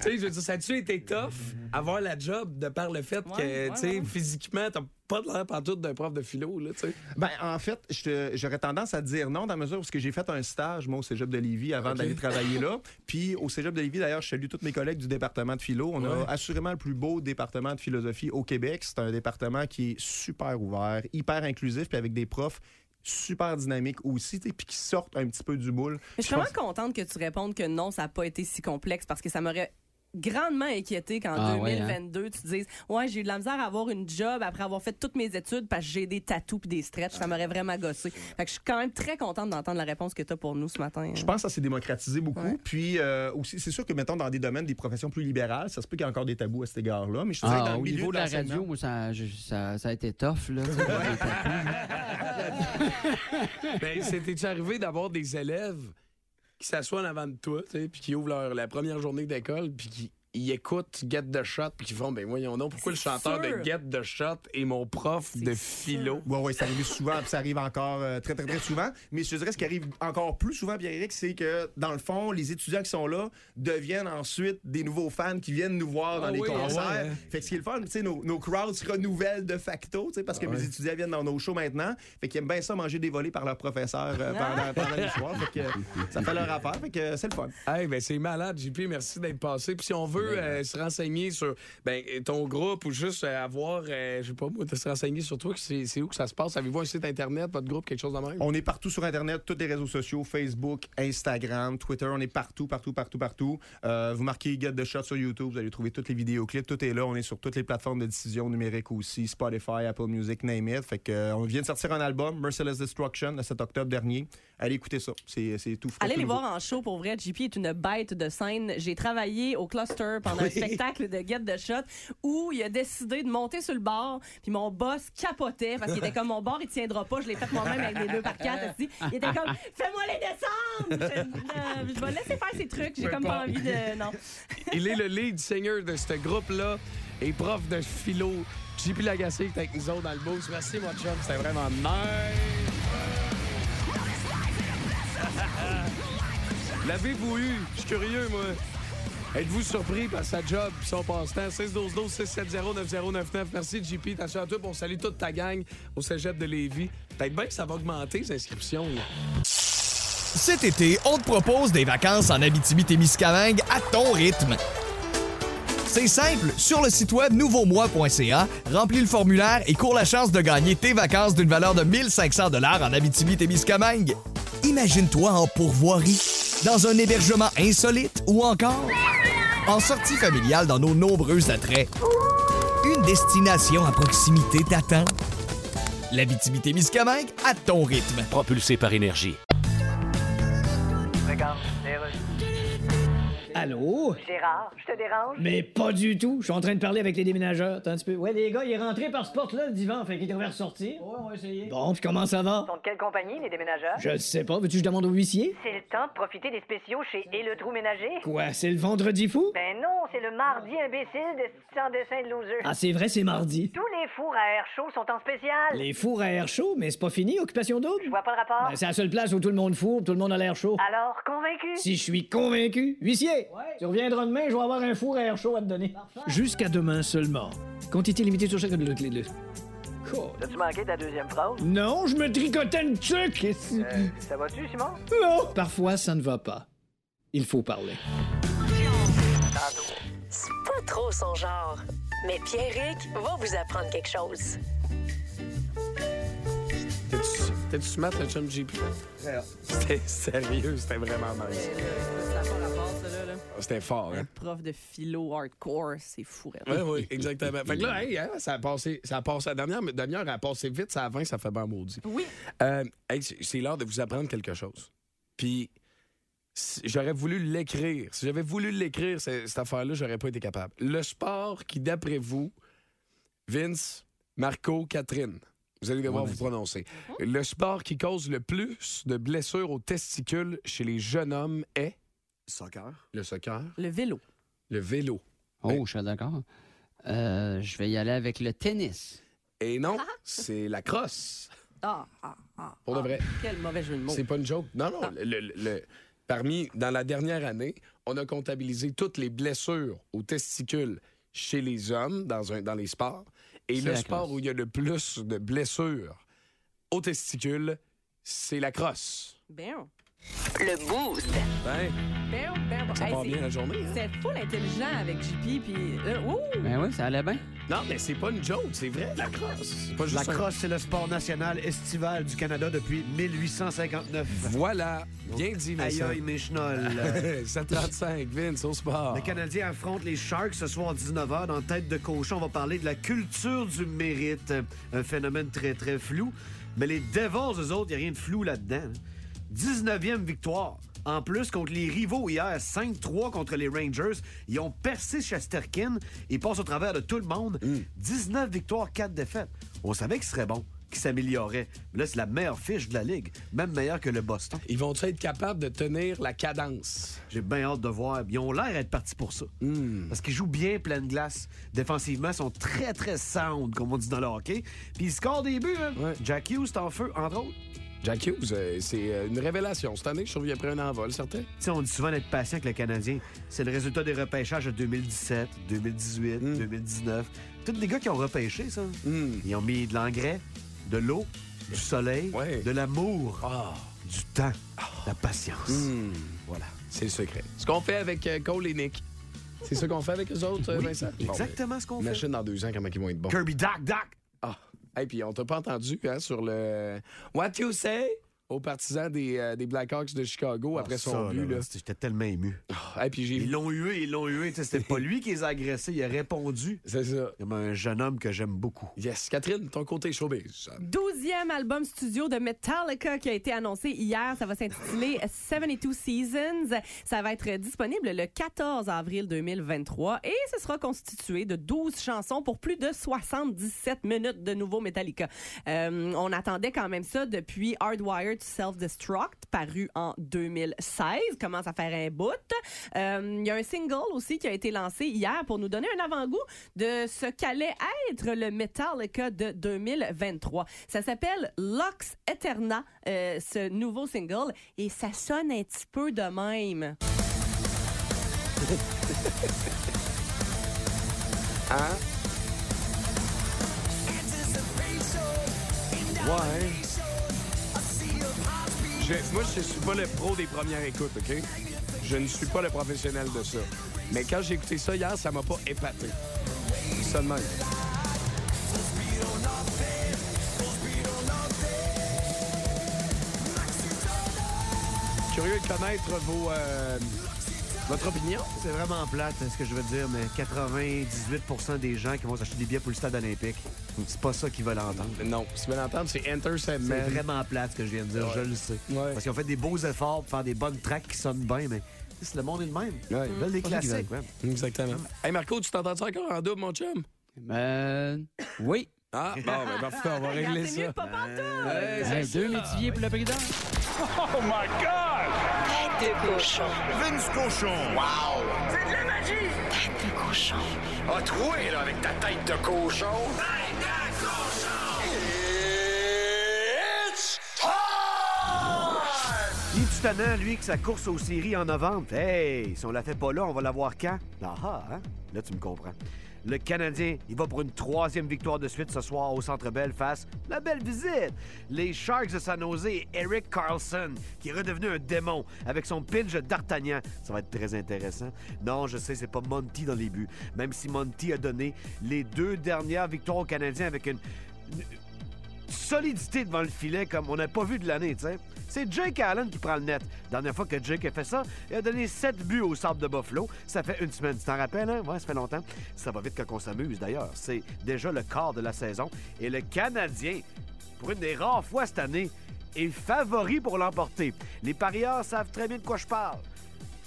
Speaker 3: sais, je veux dire, ça a-tu été tough avoir la job de par le fait mais
Speaker 4: Ouais,
Speaker 3: tu sais,
Speaker 4: ouais.
Speaker 3: physiquement, t'as pas de l'air pantoute d'un prof de philo, là, tu sais.
Speaker 5: Ben, en fait, je te- j'aurais tendance à te dire non dans la mesure où ce que j'ai fait un stage, moi, au cégep de Lévis avant d'aller travailler là. Puis au cégep de Lévis, d'ailleurs, je salue tous mes collègues du département de philo. On a assurément le plus beau département de philosophie au Québec. C'est un département qui est super ouvert, hyper inclusif, puis avec des profs super dynamiques aussi, tu sais, puis qui sortent un petit peu du boule.
Speaker 4: Mais je suis vraiment contente que tu répondes que non, ça n'a pas été si complexe parce que ça m'aurait grandement inquiété qu'en
Speaker 7: Ah, ouais,
Speaker 4: 2022, tu te dises Ouais, j'ai eu de la misère à avoir une job après avoir fait toutes mes études parce que j'ai des tatous et des stretches. Ça m'aurait vraiment gossé. Fait que je suis quand même très contente d'entendre la réponse que tu as pour nous ce matin. euh,
Speaker 5: Je pense que ça s'est démocratisé beaucoup. Puis euh, aussi, c'est sûr que, mettons, dans des domaines, des professions plus libérales, ça se peut qu'il y ait encore des tabous à cet égard-là. Mais je te dirais que
Speaker 7: Ah,
Speaker 5: dans le
Speaker 7: au
Speaker 5: milieu
Speaker 7: niveau de la
Speaker 5: l'enseignement-
Speaker 7: radio, moi, ça, je- ça, ça a été tough, là.
Speaker 3: Ben, c'était arrivé d'avoir des élèves qui s'assoient en avant de toi, tu sais, puis qui ouvrent leur, la première journée d'école, puis qui ils écoutent Get the Shot, puis qui font, ben voyons donc, pourquoi le
Speaker 4: C'est
Speaker 3: chanteur
Speaker 4: sûr.
Speaker 3: de Get the Shot est mon prof de philo?
Speaker 5: Oui, oui, ça arrive souvent, puis ça arrive encore euh, très, très, très souvent. Mais je te dirais, ce qui arrive encore plus souvent, Pierre-Éric, c'est que, dans le fond, les étudiants qui sont là deviennent ensuite des nouveaux fans qui viennent nous voir dans
Speaker 3: Ah
Speaker 5: les
Speaker 3: oui,
Speaker 5: concerts.
Speaker 3: ah ouais.
Speaker 5: Fait que ce qui est le fun, tu sais, nos, nos crowds se renouvellent de facto, tu sais,
Speaker 3: Ah
Speaker 5: parce que mes étudiants viennent dans nos shows maintenant. Fait qu'ils aiment bien ça manger des volets par leur professeur euh, pendant, pendant les soirs. Fait que euh, ça fait leur affaire. Fait que euh, c'est le fun.
Speaker 3: Hey, ben c'est malade, JP, merci d'être passé. Puis si on veut euh, se renseigner sur ben, ton groupe ou juste euh, avoir, euh, je sais pas moi, de se renseigner sur toi, c'est c'est où que ça se passe? Avez-vous un site internet, votre groupe, quelque chose de même?
Speaker 5: On est partout sur Internet, tous les réseaux sociaux, Facebook, Instagram, Twitter, on est partout, partout, partout, partout. Euh, vous marquez Get the Shot sur YouTube, vous allez trouver toutes les vidéoclips, tout est là. On est sur toutes les plateformes de diffusion numérique aussi, Spotify, Apple Music, name it. Fait que, euh, on vient de sortir un album, Merciless Destruction, le 7 octobre dernier. Allez écouter ça, c'est c'est tout frais,
Speaker 4: Allez
Speaker 5: tout
Speaker 4: les
Speaker 5: nouveau.
Speaker 4: voir en show pour vrai. JP est une bête de scène. J'ai travaillé au cluster pendant un spectacle de Get the Shot où il a décidé de monter sur le bar. Puis mon boss capotait parce qu'il était comme mon bar il tiendra pas. Je l'ai fait moi-même avec des deux par quatre. Il était comme fais-moi les descendre. Je, euh, je vais laisser faire ces trucs. J'ai comme pas envie de non.
Speaker 3: Il est le lead singer de ce groupe-là et prof de philo. JP Lagacé qui est avec nous autres dans le boost. Merci, mon chum. C'était vraiment nice. L'avez-vous eu? Je suis curieux, moi. Êtes-vous surpris par sa job et son passe-temps? 612-12-670-9099. Merci, JP. Attention à toi. puis On salue toute ta gang au cégep de Lévis. Peut-être bien que ça va augmenter, les inscriptions. là.
Speaker 8: Cet été, on te propose des vacances en Abitibi-Témiscamingue à ton rythme. C'est simple, sur le site web nouveaumois.ca, remplis le formulaire et cours la chance de gagner tes vacances d'une valeur de 1500 dollars en Abitibi-Témiscamingue. Imagine-toi en pourvoirie, dans un hébergement insolite ou encore en sortie familiale dans nos nombreux attraits. Une destination à proximité t'attend. L'Abitibi-Témiscamingue à ton rythme.
Speaker 2: Propulsé par énergie.
Speaker 9: Allô?
Speaker 10: Gérard, je te dérange?
Speaker 9: Mais pas du tout. Je suis en train de parler avec les déménageurs. Attends un petit peu. Ouais, les gars, il est rentré par ce porte-là, le divan. Fait qu'il devrait ressortir. Ouais, on va essayer. Bon, puis comment ça va?
Speaker 10: Sont de quelle compagnie, les déménageurs?
Speaker 9: Je sais pas. Veux-tu que je demande au huissier?
Speaker 10: C'est le temps de profiter des spéciaux chez Et le Trou Ménager?
Speaker 9: Quoi, c'est le vendredi fou?
Speaker 10: Ben non, c'est le mardi imbécile de sans dessin de loser.
Speaker 9: Ah, c'est vrai, c'est mardi.
Speaker 10: Tous les fours à air chaud sont en spécial.
Speaker 9: Les fours à air chaud, mais c'est pas fini, occupation
Speaker 10: Je
Speaker 9: double?
Speaker 10: vois pas le
Speaker 6: Ah.
Speaker 10: rapport.
Speaker 9: Ben, c'est la seule place où tout le monde fourre, tout le monde a l'air chaud.
Speaker 10: Alors, convaincu?
Speaker 9: Si je suis convaincu, huissier, tu reviendras demain, je vais avoir un four à air chaud à te donner. Jusqu'à demain seulement. Quantité limitée sur chaque...
Speaker 10: T'as-tu manqué ta deuxième phrase? Euh,
Speaker 9: Non, je me tricotais une tuque!
Speaker 10: Ça va-tu, Simon?
Speaker 9: Non! Parfois, ça ne va pas. Il faut parler.
Speaker 1: C'est pas trop son genre. Mais Pierrick va vous apprendre quelque chose.
Speaker 3: T'es-tu- T'es-tu smart, le chum JP? C'était sérieux, c'était vraiment nice. C'était fort, hein?
Speaker 4: Prof de philo hardcore, c'est fou. raide.
Speaker 3: Oui, oui, exactement. Fait que là, hey, hein, ça a passé, ça a passé la dernière mais demi-heure, elle a passé vite, ça a 20, ça fait ben maudit.
Speaker 4: Oui.
Speaker 3: Euh, hey, c'est c'est l'heure de vous apprendre quelque chose. Puis, si- j'aurais voulu l'écrire. Si j'avais voulu l'écrire, ce- cette affaire-là, j'aurais pas été capable. Le sport qui, d'après vous, Vince, Marco, Catherine, vous allez devoir vous prononcer. Le sport qui cause le plus de blessures aux testicules chez les jeunes hommes est
Speaker 6: Soccer.
Speaker 3: le soccer,
Speaker 4: Le vélo.
Speaker 3: le vélo.
Speaker 7: Oh, je suis d'accord. Euh, je vais y aller avec le tennis.
Speaker 3: Et non, c'est la crosse.
Speaker 4: Ah, ah, ah.
Speaker 3: Pour de
Speaker 4: ah.
Speaker 3: vrai.
Speaker 4: Quel mauvais jeu de mots.
Speaker 3: C'est pas une joke. Non, non. le- le- le- parmi, dans la dernière année, on a comptabilisé toutes les blessures aux testicules chez les hommes dans, un, dans les sports. Et
Speaker 7: C'est
Speaker 3: le
Speaker 7: la
Speaker 3: sport
Speaker 7: crosse.
Speaker 3: où il y a le plus de blessures aux testicules, c'est la crosse.
Speaker 4: Bien.
Speaker 1: Le boost.
Speaker 3: Ben,
Speaker 4: Bien, bien.
Speaker 3: ça
Speaker 4: Hey,
Speaker 3: part
Speaker 4: c'est-
Speaker 3: bien la journée. hein?
Speaker 4: C'est full intelligent avec JP, puis... euh, ouh!
Speaker 7: Ben oui, ça allait bien.
Speaker 3: Non, mais c'est pas une joke, c'est vrai, la crosse. C'est pas
Speaker 6: La
Speaker 3: juste un-
Speaker 6: crosse, c'est le sport national estival du Canada depuis 1859.
Speaker 3: Voilà, bien dit,
Speaker 6: Aïe
Speaker 3: Vincent.
Speaker 6: aïe, mes chenolles.
Speaker 3: 735, Vince, au sport.
Speaker 6: Les Canadiens affrontent les Sharks ce soir 19h dans Tête de cochon. On va parler de la culture du mérite, un phénomène très, très flou. Mais les Devils, eux autres, il n'y a rien de flou là-dedans. 19e victoire. En plus, contre les rivaux hier, 5-3 contre les Rangers. Ils ont percé Chesterkin. Ils passent au travers de tout le monde. 19 victoires, 4 défaites. On savait qu'ils seraient bons, qu'ils s'amélioraient. Mais là, c'est la meilleure fiche de la Ligue. Même meilleure que le Boston.
Speaker 3: Ils vont être capables de tenir la cadence?
Speaker 6: J'ai bien hâte de voir. Ils ont l'air d'être partis pour ça.
Speaker 3: Hmm.
Speaker 6: Parce qu'ils jouent bien pleine glace. Défensivement, ils sont très, très sound, comme on dit dans le hockey. Puis ils scorent des buts. Hein.
Speaker 3: Ouais.
Speaker 6: Jack Hughes, est en feu, entre autres.
Speaker 3: Jack Hughes, euh, c'est euh, une révélation. Cette année, je trouve qu'il a pris un envol, certain.
Speaker 6: Tu sais, on dit souvent d'être patient avec le Canadien. C'est le résultat des repêchages de 2017, 2018,
Speaker 3: Hmm.
Speaker 6: 2019. Tous des gars qui ont repêché, ça. Ils ont mis de l'engrais, de l'eau, du soleil,
Speaker 3: Ouais.
Speaker 6: de l'amour,
Speaker 3: Ah, Hmm.
Speaker 6: du temps, la patience.
Speaker 3: voilà. C'est le secret. Ce qu'on fait avec euh, Cole et Nick, c'est ce qu'on fait avec eux autres, euh, Vincent? Bon,
Speaker 6: Exactement ce qu'on
Speaker 3: ben,
Speaker 6: fait.
Speaker 3: Imagine dans deux ans comment ils vont être bons.
Speaker 6: Kirby Doc Doc.
Speaker 3: Ah, et puis on t'a pas entendu hein, sur le What You Say aux partisans des, euh, des Blackhawks de Chicago après son
Speaker 6: Ah, Ça,
Speaker 3: but.
Speaker 6: là,
Speaker 3: Là.
Speaker 6: c'était- J'étais tellement ému.
Speaker 3: Ah, et puis j'ai
Speaker 6: Ils
Speaker 3: vu.
Speaker 6: l'ont hué, ils l'ont hué. Tu sais, C'était pas lui qui les a agressés, il a répondu.
Speaker 3: C'est ça.
Speaker 6: Comme un jeune homme que j'aime beaucoup.
Speaker 3: Yes. Catherine, ton côté showbiz.
Speaker 4: 12e album studio de Metallica qui a été annoncé hier. Ça va s'intituler 72 Seasons. Ça va être disponible le 14 avril 2023 et ce sera constitué de 12 chansons pour plus de 77 minutes de nouveau Metallica. Euh, on attendait quand même ça depuis Hardwired to Self-Destruct, paru en 2016. Commence à faire un bout. Euh, Il y a un single aussi qui a été lancé hier pour nous donner un avant-goût de ce qu'allait être le Metallica de 2023. Ça s'appelle Lux Eterna, euh, ce nouveau single, et ça sonne un petit peu de même.
Speaker 3: Ouais. Je- moi, je suis pas le pro des premières écoutes, OK? Je ne suis pas le professionnel de ça. Mais quand j'ai écouté ça hier, ça m'a pas épaté. Ça de même. Curieux de connaître vos, euh, votre opinion.
Speaker 6: C'est vraiment plate, hein, ce que je veux dire, mais 98 des gens qui vont s'acheter des billets pour le stade olympique, c'est pas ça qu'ils veulent entendre.
Speaker 3: Non, si vous voulez l'entendre, c'est Enter
Speaker 6: C'est
Speaker 3: Sandman.
Speaker 6: vraiment plate ce que je viens de dire, je le sais.
Speaker 3: Ouais.
Speaker 6: Parce qu'ils ont fait des beaux efforts pour faire des bonnes tracks qui sonnent bien, mais tu sais, le monde est le même.
Speaker 3: Ouais.
Speaker 6: Ils veulent des
Speaker 3: Pas ça qu'ils
Speaker 6: classiques. ouais.
Speaker 3: Exactement. Hey Marco, tu t'entends-tu encore en double, mon chum?
Speaker 7: Ben, oui.
Speaker 3: Ah, bon, ben parfait, on va
Speaker 4: Regarde,
Speaker 3: régler
Speaker 4: c'est mieux
Speaker 3: ça.
Speaker 4: que pas pantoute!
Speaker 3: Hey,
Speaker 7: Ben, deux métiviers pour le prix d'un.
Speaker 1: Tête de cochon.
Speaker 11: Vince
Speaker 4: hein.
Speaker 11: Cochon. Wow!
Speaker 1: Tête de cochon.
Speaker 11: A troué, là, avec ta tête de cochon. Tête de cochon! It's time!
Speaker 6: Guy Tutanen, lui, que sa course aux séries en novembre. Hey, si on la fait pas là, on va la voir quand? Ah, ah, hein? Là, tu me comprends. Le Canadien, il va pour une troisième victoire de suite ce soir au Centre Bell face la belle visite. Les Sharks de San Jose, et Eric Carlson, qui est redevenu un démon avec son pinch d'Artagnan. Ça va être très intéressant. Non, je sais, c'est pas Monty dans les buts. Même si Monty a donné les deux dernières victoires aux Canadiens avec une solidité devant le filet comme on n'a pas vu de l'année, tu sais. C'est Jake Allen qui prend le net. Dernière fois que Jake a fait ça, il a donné 7 buts au Sable de Buffalo. Ça fait une semaine. Tu t'en rappelles, hein? Ouais, ça fait longtemps. Ça va vite quand on s'amuse, d'ailleurs. C'est déjà le quart de la saison. Et le Canadien, pour une des rares fois cette année, est favori pour l'emporter. Les parieurs savent très bien de quoi je parle.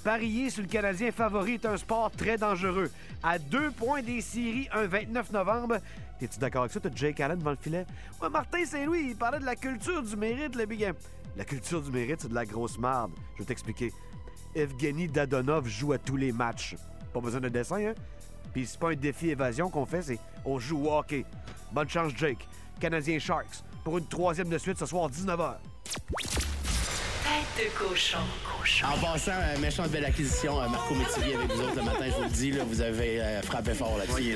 Speaker 6: Parier sur le Canadien favori est un sport très dangereux. À deux points des séries, un 29 novembre. T'es-tu d'accord avec ça? T'as Jake Allen devant le filet? Ouais, Martin Saint-Louis, il parlait de la culture du mérite, le big game. La culture du mérite, c'est de la grosse marde. Je vais t'expliquer. Evgeny Dadonov joue à tous les matchs. Pas besoin de dessin, hein? Puis c'est pas un défi évasion qu'on fait, c'est on joue au hockey. Bonne chance, Jake. Canadien Sharks, pour une troisième de suite ce soir, 19h.
Speaker 1: Tête de cochon. Cochon.
Speaker 11: En passant, euh, méchante belle acquisition, euh, Marco Métivier avec vous autres le matin, je vous le dis, là, vous avez euh, frappé fort là-dessus.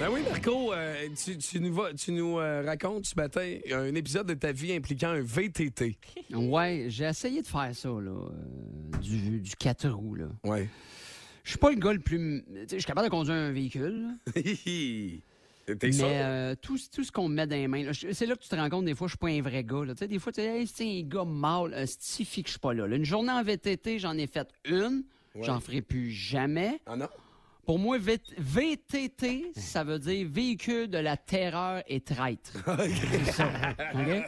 Speaker 3: Ben oui, Marco, euh, tu, tu nous, vas- tu nous euh, racontes ce matin un épisode de ta vie impliquant un VTT.
Speaker 7: Ouais, j'ai essayé de faire ça, là. euh, du, du 4 roues, là.
Speaker 3: Ouais.
Speaker 7: Je suis pas le gars le plus. m- tu sais, Je suis capable de conduire un véhicule.
Speaker 3: T'es
Speaker 7: Mais
Speaker 3: sûr?
Speaker 7: euh, tout, ce- tout ce qu'on me met dans les mains, là, je- c'est là que tu te rends compte, des fois, je suis pas un vrai gars. là. Tu sais, des fois, tu dis, hey, c'est un gars mâle, euh, stifi que je suis pas là, là. Une journée en VTT, j'en ai fait une, j'en ferai plus jamais.
Speaker 3: Ah non?
Speaker 7: Pour moi, V- VTT, ça veut dire véhicule de la terreur et traître. C'est ça, OK?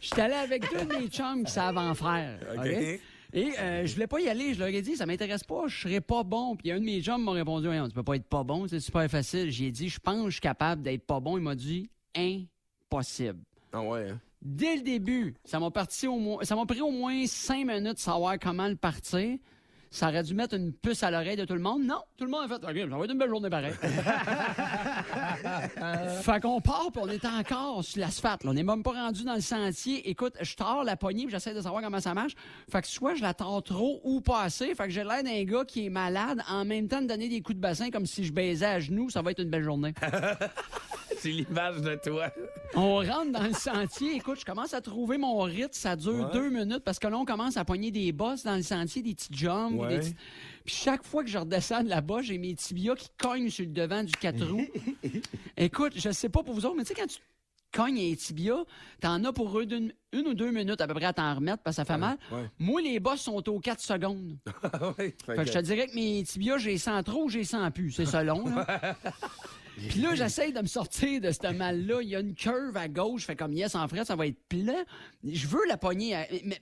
Speaker 7: J'étais allé avec deux de mes chums qui savent en faire. OK?
Speaker 3: OK.
Speaker 7: Et euh, je voulais pas y aller. Je leur ai dit, ça m'intéresse pas, je serais pas bon. Puis un de mes chums m'a répondu, Voyons, tu peux pas être pas bon, c'est super facile. J'ai dit, je pense que je suis capable d'être pas bon. Il m'a dit, impossible.
Speaker 3: Ah ouais, hein?
Speaker 7: Dès le début, ça m'a parti au moins, ça m'a pris au moins cinq minutes de savoir comment le partir. Ça aurait dû mettre une puce à l'oreille de tout le monde. Non, tout le monde a fait, OK, ça va être une belle journée pareille. fait qu'on part, puis on est encore sur l'asphalte. là. On n'est même pas rendu dans le sentier. Écoute, je tords la poignée, puis j'essaie de savoir comment ça marche. Fait que soit je la tords trop ou pas assez. Fait que j'ai l'air d'un gars qui est malade en même temps de donner des coups de bassin comme si je baisais à genoux. Ça va être une belle journée.
Speaker 3: C'est l'image de toi.
Speaker 7: On rentre dans le sentier. Écoute, je commence à trouver mon rythme. Ça dure deux minutes parce que là, on commence à pogner des bosses dans le sentier, des petits jumps.
Speaker 3: Ouais.
Speaker 7: des petits- Puis chaque fois que je redescends de là-bas, j'ai mes tibias qui cognent sur le devant du quatre roues. Écoute, je sais pas pour vous autres, mais tu sais, quand tu cognes les tibias, t'en as pour une, une, ou deux minutes à peu près à t'en remettre parce que ça fait mal.
Speaker 3: ouais.
Speaker 7: Moi, les bosses sont aux quatre secondes.
Speaker 3: Ah ouais.
Speaker 7: Fait que je te dirais que mes tibias, j'ai sens trop, j'ai sens plus. C'est ça long, là. Puis là, j'essaye de me sortir de ce mal-là. Il y a une curve à gauche. Fait comme yes, en frais, ça va être plat. Je veux la poignée, à- mais,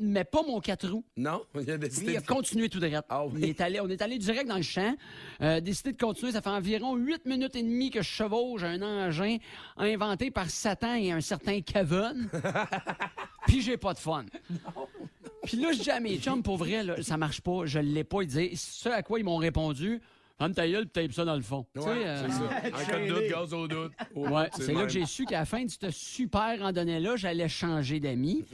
Speaker 7: mais pas mon quatre roues.
Speaker 3: Non? Il a
Speaker 7: Lui, il
Speaker 3: décidé
Speaker 7: a
Speaker 3: de-
Speaker 7: continué tout droit.
Speaker 3: Ah oui.
Speaker 7: on, est allé, on est allé direct dans le champ, euh, décidé de continuer. Ça fait environ 8 minutes et demie que je chevauche un engin inventé par Satan et un certain Kevin. Puis j'ai pas de fun. Puis là, je dis à mes chums, pour vrai, là, ça marche pas, je l'ai pas. Ils disaient, ce à quoi ils m'ont répondu, ferme ta gueule, puis tape ça dans le fond. Tu sais,
Speaker 3: Ouais,
Speaker 7: euh,
Speaker 3: c'est ça. Un cas de doute, gaz au doute. Oh,
Speaker 7: Ouais, c'est
Speaker 3: le
Speaker 7: là
Speaker 3: même.
Speaker 7: que j'ai su qu'à la fin de cette super randonnée-là, j'allais changer d'amis.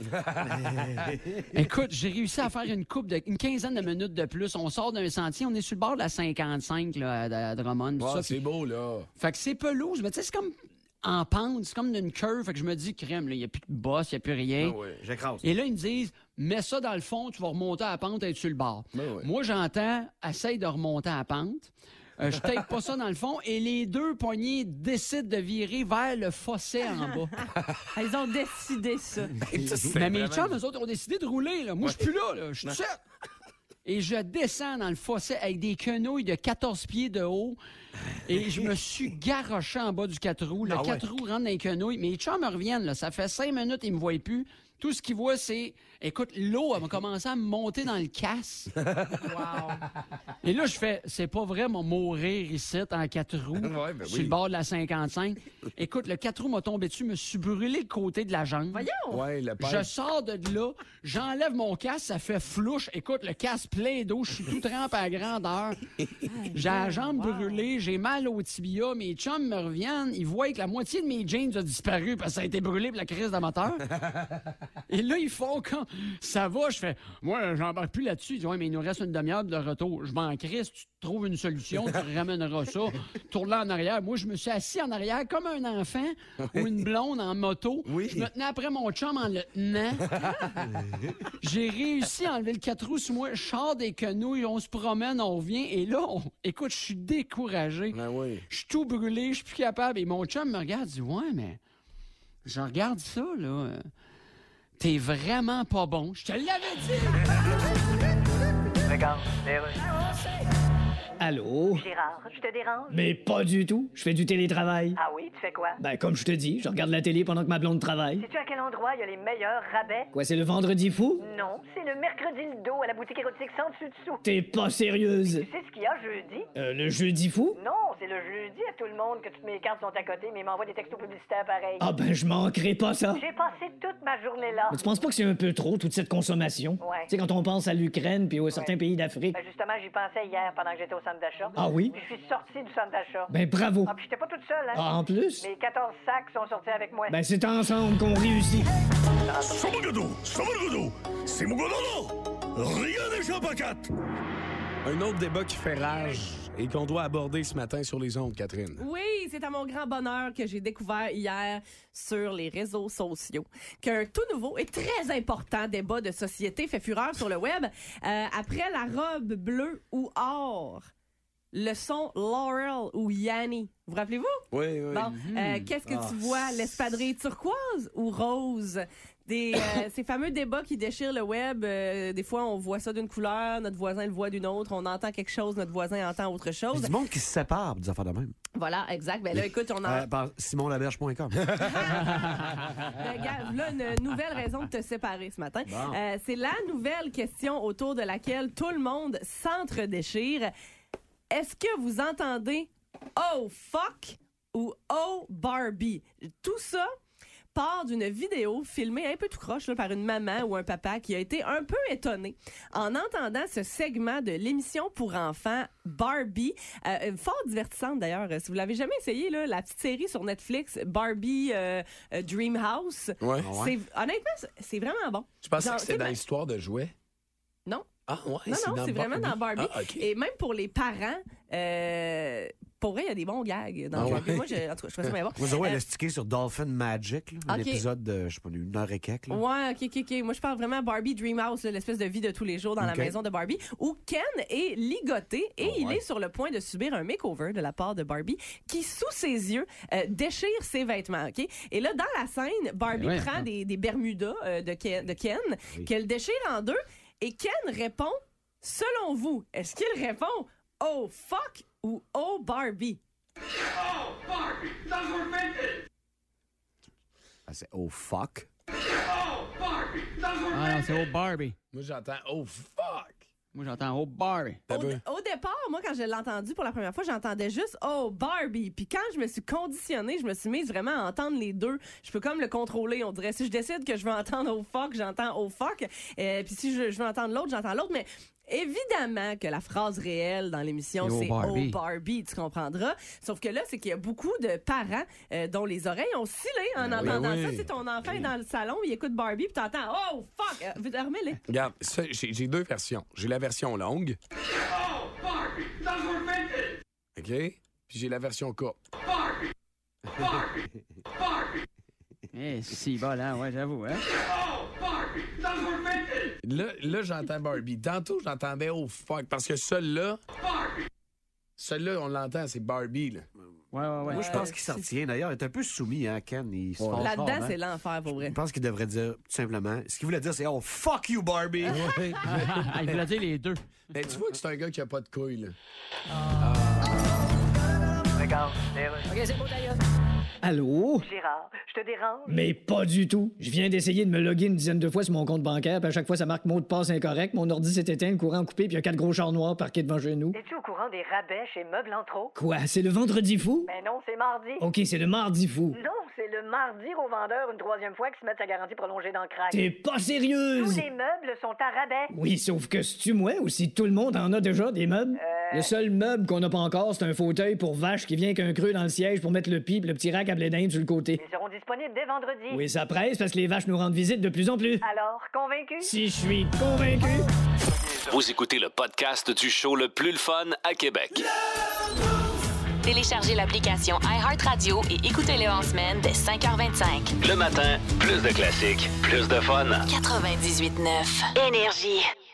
Speaker 7: Écoute, j'ai réussi à faire une coupe de une quinzaine de minutes de plus. On sort d'un sentier, on est sur le bord de la 55 là, à, à Drummond. tout
Speaker 3: Ah,
Speaker 7: ça.
Speaker 3: c'est beau, là.
Speaker 7: Fait que c'est pelouse, mais tu sais, c'est comme en pente, c'est comme d'une curve. Fait que je me dis, crème, il n'y a plus de boss, il n'y a plus rien.
Speaker 6: J'écrase.
Speaker 7: Et là, ils me disent, mets ça dans le fond, tu vas remonter à la pente et être sur le bord. Moi, j'entends, essaye de remonter à la pente. Euh, je tape pas ça dans le fond et les deux poignées décident de virer vers le fossé en bas.
Speaker 4: Ah, Ils ont décidé ça.
Speaker 7: Mais mes chums, eux autres, ont décidé de rouler. Là. Moi, je suis plus là. là. Je suis tout seul. Et je descends dans le fossé avec des quenouilles de 14 pieds de haut. Et je me suis garoché en bas du 4 roues. Le 4 roues rentre dans les quenouilles. Mes chums me reviennent. Là. Ça fait 5 minutes, ils me voient plus. Tout ce qu'ils voient, c'est. Écoute, l'eau, elle m'a commencé à me monter dans le casse. Et là, je fais, c'est pas vrai, mon mourir ici, en quatre roues,
Speaker 3: Ouais, ben oui.
Speaker 7: sur le bord de la 55. Écoute, le quatre roues m'a tombé dessus, me suis brûlé le côté de la jambe.
Speaker 4: Voyons!
Speaker 3: Ouais, le père.
Speaker 7: Je sors de là, j'enlève mon casque, ça fait flouche. Écoute, le casque plein d'eau, je suis tout trempé à grandeur. J'ai la jambe brûlée, j'ai mal au tibia, mes chums me reviennent, ils voient que la moitié de mes jeans a disparu parce que ça a été brûlé pour la crise de moteur. Et là, ils font quand ça va, je fais Moi, j'embarque plus là-dessus. Ils disent Ouais, mais il nous reste une demi-heure de retour. Je m'en crisse, tu trouves une solution, tu ramèneras ça. Tourne-la en arrière. Moi, je me suis assis en arrière comme un enfant ou une blonde en moto. Je me tenais après mon chum en le tenant. J'ai réussi à enlever le 4 roues sur moi. Je sors des quenouilles, on se promène, on revient. Et là, on- écoute, je suis découragé.
Speaker 3: Ben oui.
Speaker 7: Je suis tout brûlé, je suis plus capable. Et mon chum me regarde, dit Ouais, mais je regarde ça, là. euh, T'es vraiment pas bon. Je te l'avais dit!
Speaker 9: Allô?
Speaker 10: Gérard, je te dérange?
Speaker 9: Mais pas du tout. Je fais du télétravail.
Speaker 10: Ah oui, tu fais quoi?
Speaker 9: Ben, comme je te dis, je regarde la télé pendant que ma blonde travaille.
Speaker 10: Sais-tu à quel endroit il y a les meilleurs rabais?
Speaker 9: Quoi, c'est le vendredi fou?
Speaker 10: Non, c'est le mercredi le dos à la boutique érotique sans dessus-dessous.
Speaker 9: T'es pas sérieuse.
Speaker 10: Tu sais ce qu'il y a jeudi?
Speaker 9: Euh, le jeudi fou?
Speaker 10: Non, c'est le jeudi à tout le monde que toutes mes cartes sont à côté, mais ils m'envoient des textos publicitaires pareils.
Speaker 9: Ah ben, je manquerai pas ça.
Speaker 10: J'ai passé toute ma journée là.
Speaker 9: Mais tu penses pas que c'est un peu trop, toute cette consommation?
Speaker 10: Ouais.
Speaker 9: Tu sais, quand on pense à l'Ukraine puis aux certains pays d'Afrique.
Speaker 10: Ben justement, j'y pensais hier pendant que j'étais au centre d'achat.
Speaker 9: Ah oui?
Speaker 10: Puis je suis sortie du centre d'achat.
Speaker 9: Ben, bravo.
Speaker 10: Ah, puis j'étais pas toute seule, hein?
Speaker 9: Ah, en plus?
Speaker 10: Mes 14 sacs sont sortis avec moi.
Speaker 9: Ben, c'est ensemble qu'on réussit.
Speaker 11: Sauvagodo, Sauvagodo, c'est mon gododo. Rien n'échappe à quatre.
Speaker 3: Un autre débat qui fait rage et qu'on doit aborder ce matin sur les ondes, Catherine.
Speaker 4: Oui, c'est à mon grand bonheur que j'ai découvert hier sur les réseaux sociaux qu'un tout nouveau et très important débat de société fait fureur sur le web Euh, après la robe bleue ou or. Le son Laurel ou Yanni. Vous, vous rappelez-vous?
Speaker 3: Oui, oui.
Speaker 4: Bon, euh, qu'est-ce que
Speaker 3: Ah.
Speaker 4: tu vois, l'espadrille turquoise ou rose? Des, euh, ces fameux débats qui déchirent le web, euh, des fois on voit ça d'une couleur, notre voisin le voit d'une autre, on entend quelque chose, notre voisin entend autre
Speaker 6: Il y a
Speaker 4: chose.
Speaker 6: Ben, du monde qui se sépare des affaires de même.
Speaker 4: Voilà, exact. Ben là, écoute, on en...
Speaker 10: Ah.
Speaker 6: Euh, par simonlaberge.com.
Speaker 4: Ben, Gab, là, une nouvelle raison de te séparer ce matin.
Speaker 6: Bon.
Speaker 4: Euh, c'est la nouvelle question autour de laquelle tout le monde s'entre-déchire. Est-ce que vous entendez Oh fuck ou Oh Barbie? Tout ça part d'une vidéo filmée un peu tout croche là, par une maman ou un papa qui a été un peu étonné en entendant ce segment de l'émission pour enfants Barbie, Euh, euh, fort divertissante d'ailleurs. Euh, Si vous l'avez jamais essayé, là, la petite série sur Netflix Barbie euh, euh, Dream House,
Speaker 3: Ouais.
Speaker 4: c'est honnêtement c'est- c'est vraiment bon.
Speaker 3: Je pensais
Speaker 4: Genre,
Speaker 3: que c'était
Speaker 4: tu sais,
Speaker 3: dans
Speaker 4: ben-
Speaker 3: l'histoire de jouets.
Speaker 4: Non.
Speaker 3: Ah, ouais,
Speaker 4: non, non, c'est vraiment dans Barbie.
Speaker 3: Ah, OK.
Speaker 4: Et même pour les parents, euh, pour vrai, il y a des bons gags dans
Speaker 6: Ah ouais.
Speaker 4: Barbie. Moi, je, en tout cas, je trouvais ça bien bon.
Speaker 6: Vous aurez
Speaker 4: Euh,
Speaker 6: le stické sur Dolphin Magic, là, un
Speaker 4: Ok.
Speaker 6: épisode de, je sais pas, une heure et quelques. là.
Speaker 4: Ouais, ok, ok, ok. Moi, je parle vraiment Barbie Dreamhouse, là, l'espèce de vie de tous les jours dans
Speaker 6: Ok. Oh,
Speaker 4: la maison de Barbie, où Ken est ligoté et il
Speaker 6: ouais.
Speaker 4: est sur le point de subir un makeover de la part de Barbie, qui, sous ses yeux, euh, déchire ses vêtements, ok? Et là, dans la scène, Barbie
Speaker 6: Ben
Speaker 7: Eh ouais.
Speaker 6: hein.
Speaker 4: prend des, des Bermudas euh, de Ken, de Ken, qu'elle déchire en deux, et Ken répond, selon vous, est-ce qu'il répond, oh fuck ou oh Barbie?
Speaker 6: Ah, c'est oh fuck.
Speaker 7: Ah non, c'est au Barbie.
Speaker 3: Moi, j'entends « Oh, fuck!
Speaker 7: Moi, j'entends au Barbie.
Speaker 3: T'as
Speaker 4: Au,
Speaker 3: peu.
Speaker 4: au départ, moi, quand je l'ai entendu pour la première fois, j'entendais juste Oh Barbie. Puis quand je me suis conditionnée, je me suis mise vraiment à entendre les deux. Je peux comme le contrôler, on dirait. Si je décide que je veux entendre Oh fuck, j'entends Oh fuck. Euh, puis si je, je veux entendre l'autre, j'entends l'autre. Mais évidemment que la phrase réelle dans l'émission,
Speaker 7: C'est Oh
Speaker 4: c'est
Speaker 7: Barbie.
Speaker 4: Oh Barbie, tu comprendras. Sauf que là, c'est qu'il y a beaucoup de parents euh, dont les oreilles ont scellé en
Speaker 3: Ben oui,
Speaker 4: entendant
Speaker 3: oui.
Speaker 4: ça. Tu sais, ton enfant est dans le salon, il écoute Barbie, puis t'entends Oh fuck. Euh, Remets-les.
Speaker 3: Regarde, ça, j'ai j'ai deux versions. J'ai la version longue. OK? Puis j'ai la version courte.
Speaker 7: Eh, si, bon, là, ouais, j'avoue, hein.
Speaker 3: Là, là j'entends Barbie. Tantôt, j'entendais Oh fuck. Parce que celui-là. Celui-là, on l'entend, c'est Barbie. Là.
Speaker 7: Ouais, ouais, ouais.
Speaker 6: Moi, je pense qu'il s'en tient. D'ailleurs, il est un peu soumis, hein, Ken. Il se fâche
Speaker 4: Là-dedans,
Speaker 3: hein.
Speaker 6: rarement.
Speaker 4: c'est l'enfer pour vrai.
Speaker 6: Je pense qu'il devrait dire tout simplement. Ce qu'il voulait dire, c'est oh fuck you, Barbie.
Speaker 7: Ah, il voulait dire les deux.
Speaker 3: Mais tu vois que c'est un gars qui a pas de couilles. Là.
Speaker 9: Allô?
Speaker 10: Gérard, je te dérange?
Speaker 9: Mais pas du tout. Je viens d'essayer de me loguer une dizaine de fois sur mon compte bancaire, puis à chaque fois, ça marque mot de passe incorrect. Mon ordi s'est éteint, le courant coupé, puis il y a quatre gros chars noirs parqués devant chez nous.
Speaker 10: Es-tu au courant des rabais chez Meubles en trop?
Speaker 9: Quoi? C'est le vendredi fou?
Speaker 10: Ben non, c'est mardi.
Speaker 9: OK, c'est le mardi fou.
Speaker 10: Non, c'est le mardi aux vendeurs une troisième fois qui se mettent sa garantie prolongée dans le crack.
Speaker 9: T'es pas
Speaker 10: Tous
Speaker 9: sérieuse!
Speaker 10: les meubles sont à rabais.
Speaker 9: Oui, sauf que si tu moi ou si tout le monde en a déjà des meubles.
Speaker 10: Euh.
Speaker 9: Le seul meuble qu'on n'a pas encore, c'est un fauteuil pour vache qui vient qu'un creux dans le siège pour mettre le pied pis le petit rack à blé d'Inde sur le côté.
Speaker 10: Ils seront disponibles dès vendredi.
Speaker 9: Oui, ça presse parce que les vaches nous rendent visite de plus en plus.
Speaker 10: Alors, convaincu?
Speaker 9: Si je suis convaincu.
Speaker 2: Vous écoutez le podcast du show le plus le fun à Québec.
Speaker 1: Téléchargez l'application iHeartRadio et écoutez-le en semaine dès 5h25.
Speaker 2: Le matin, plus de classiques, plus de fun.
Speaker 1: 98.9 Énergie.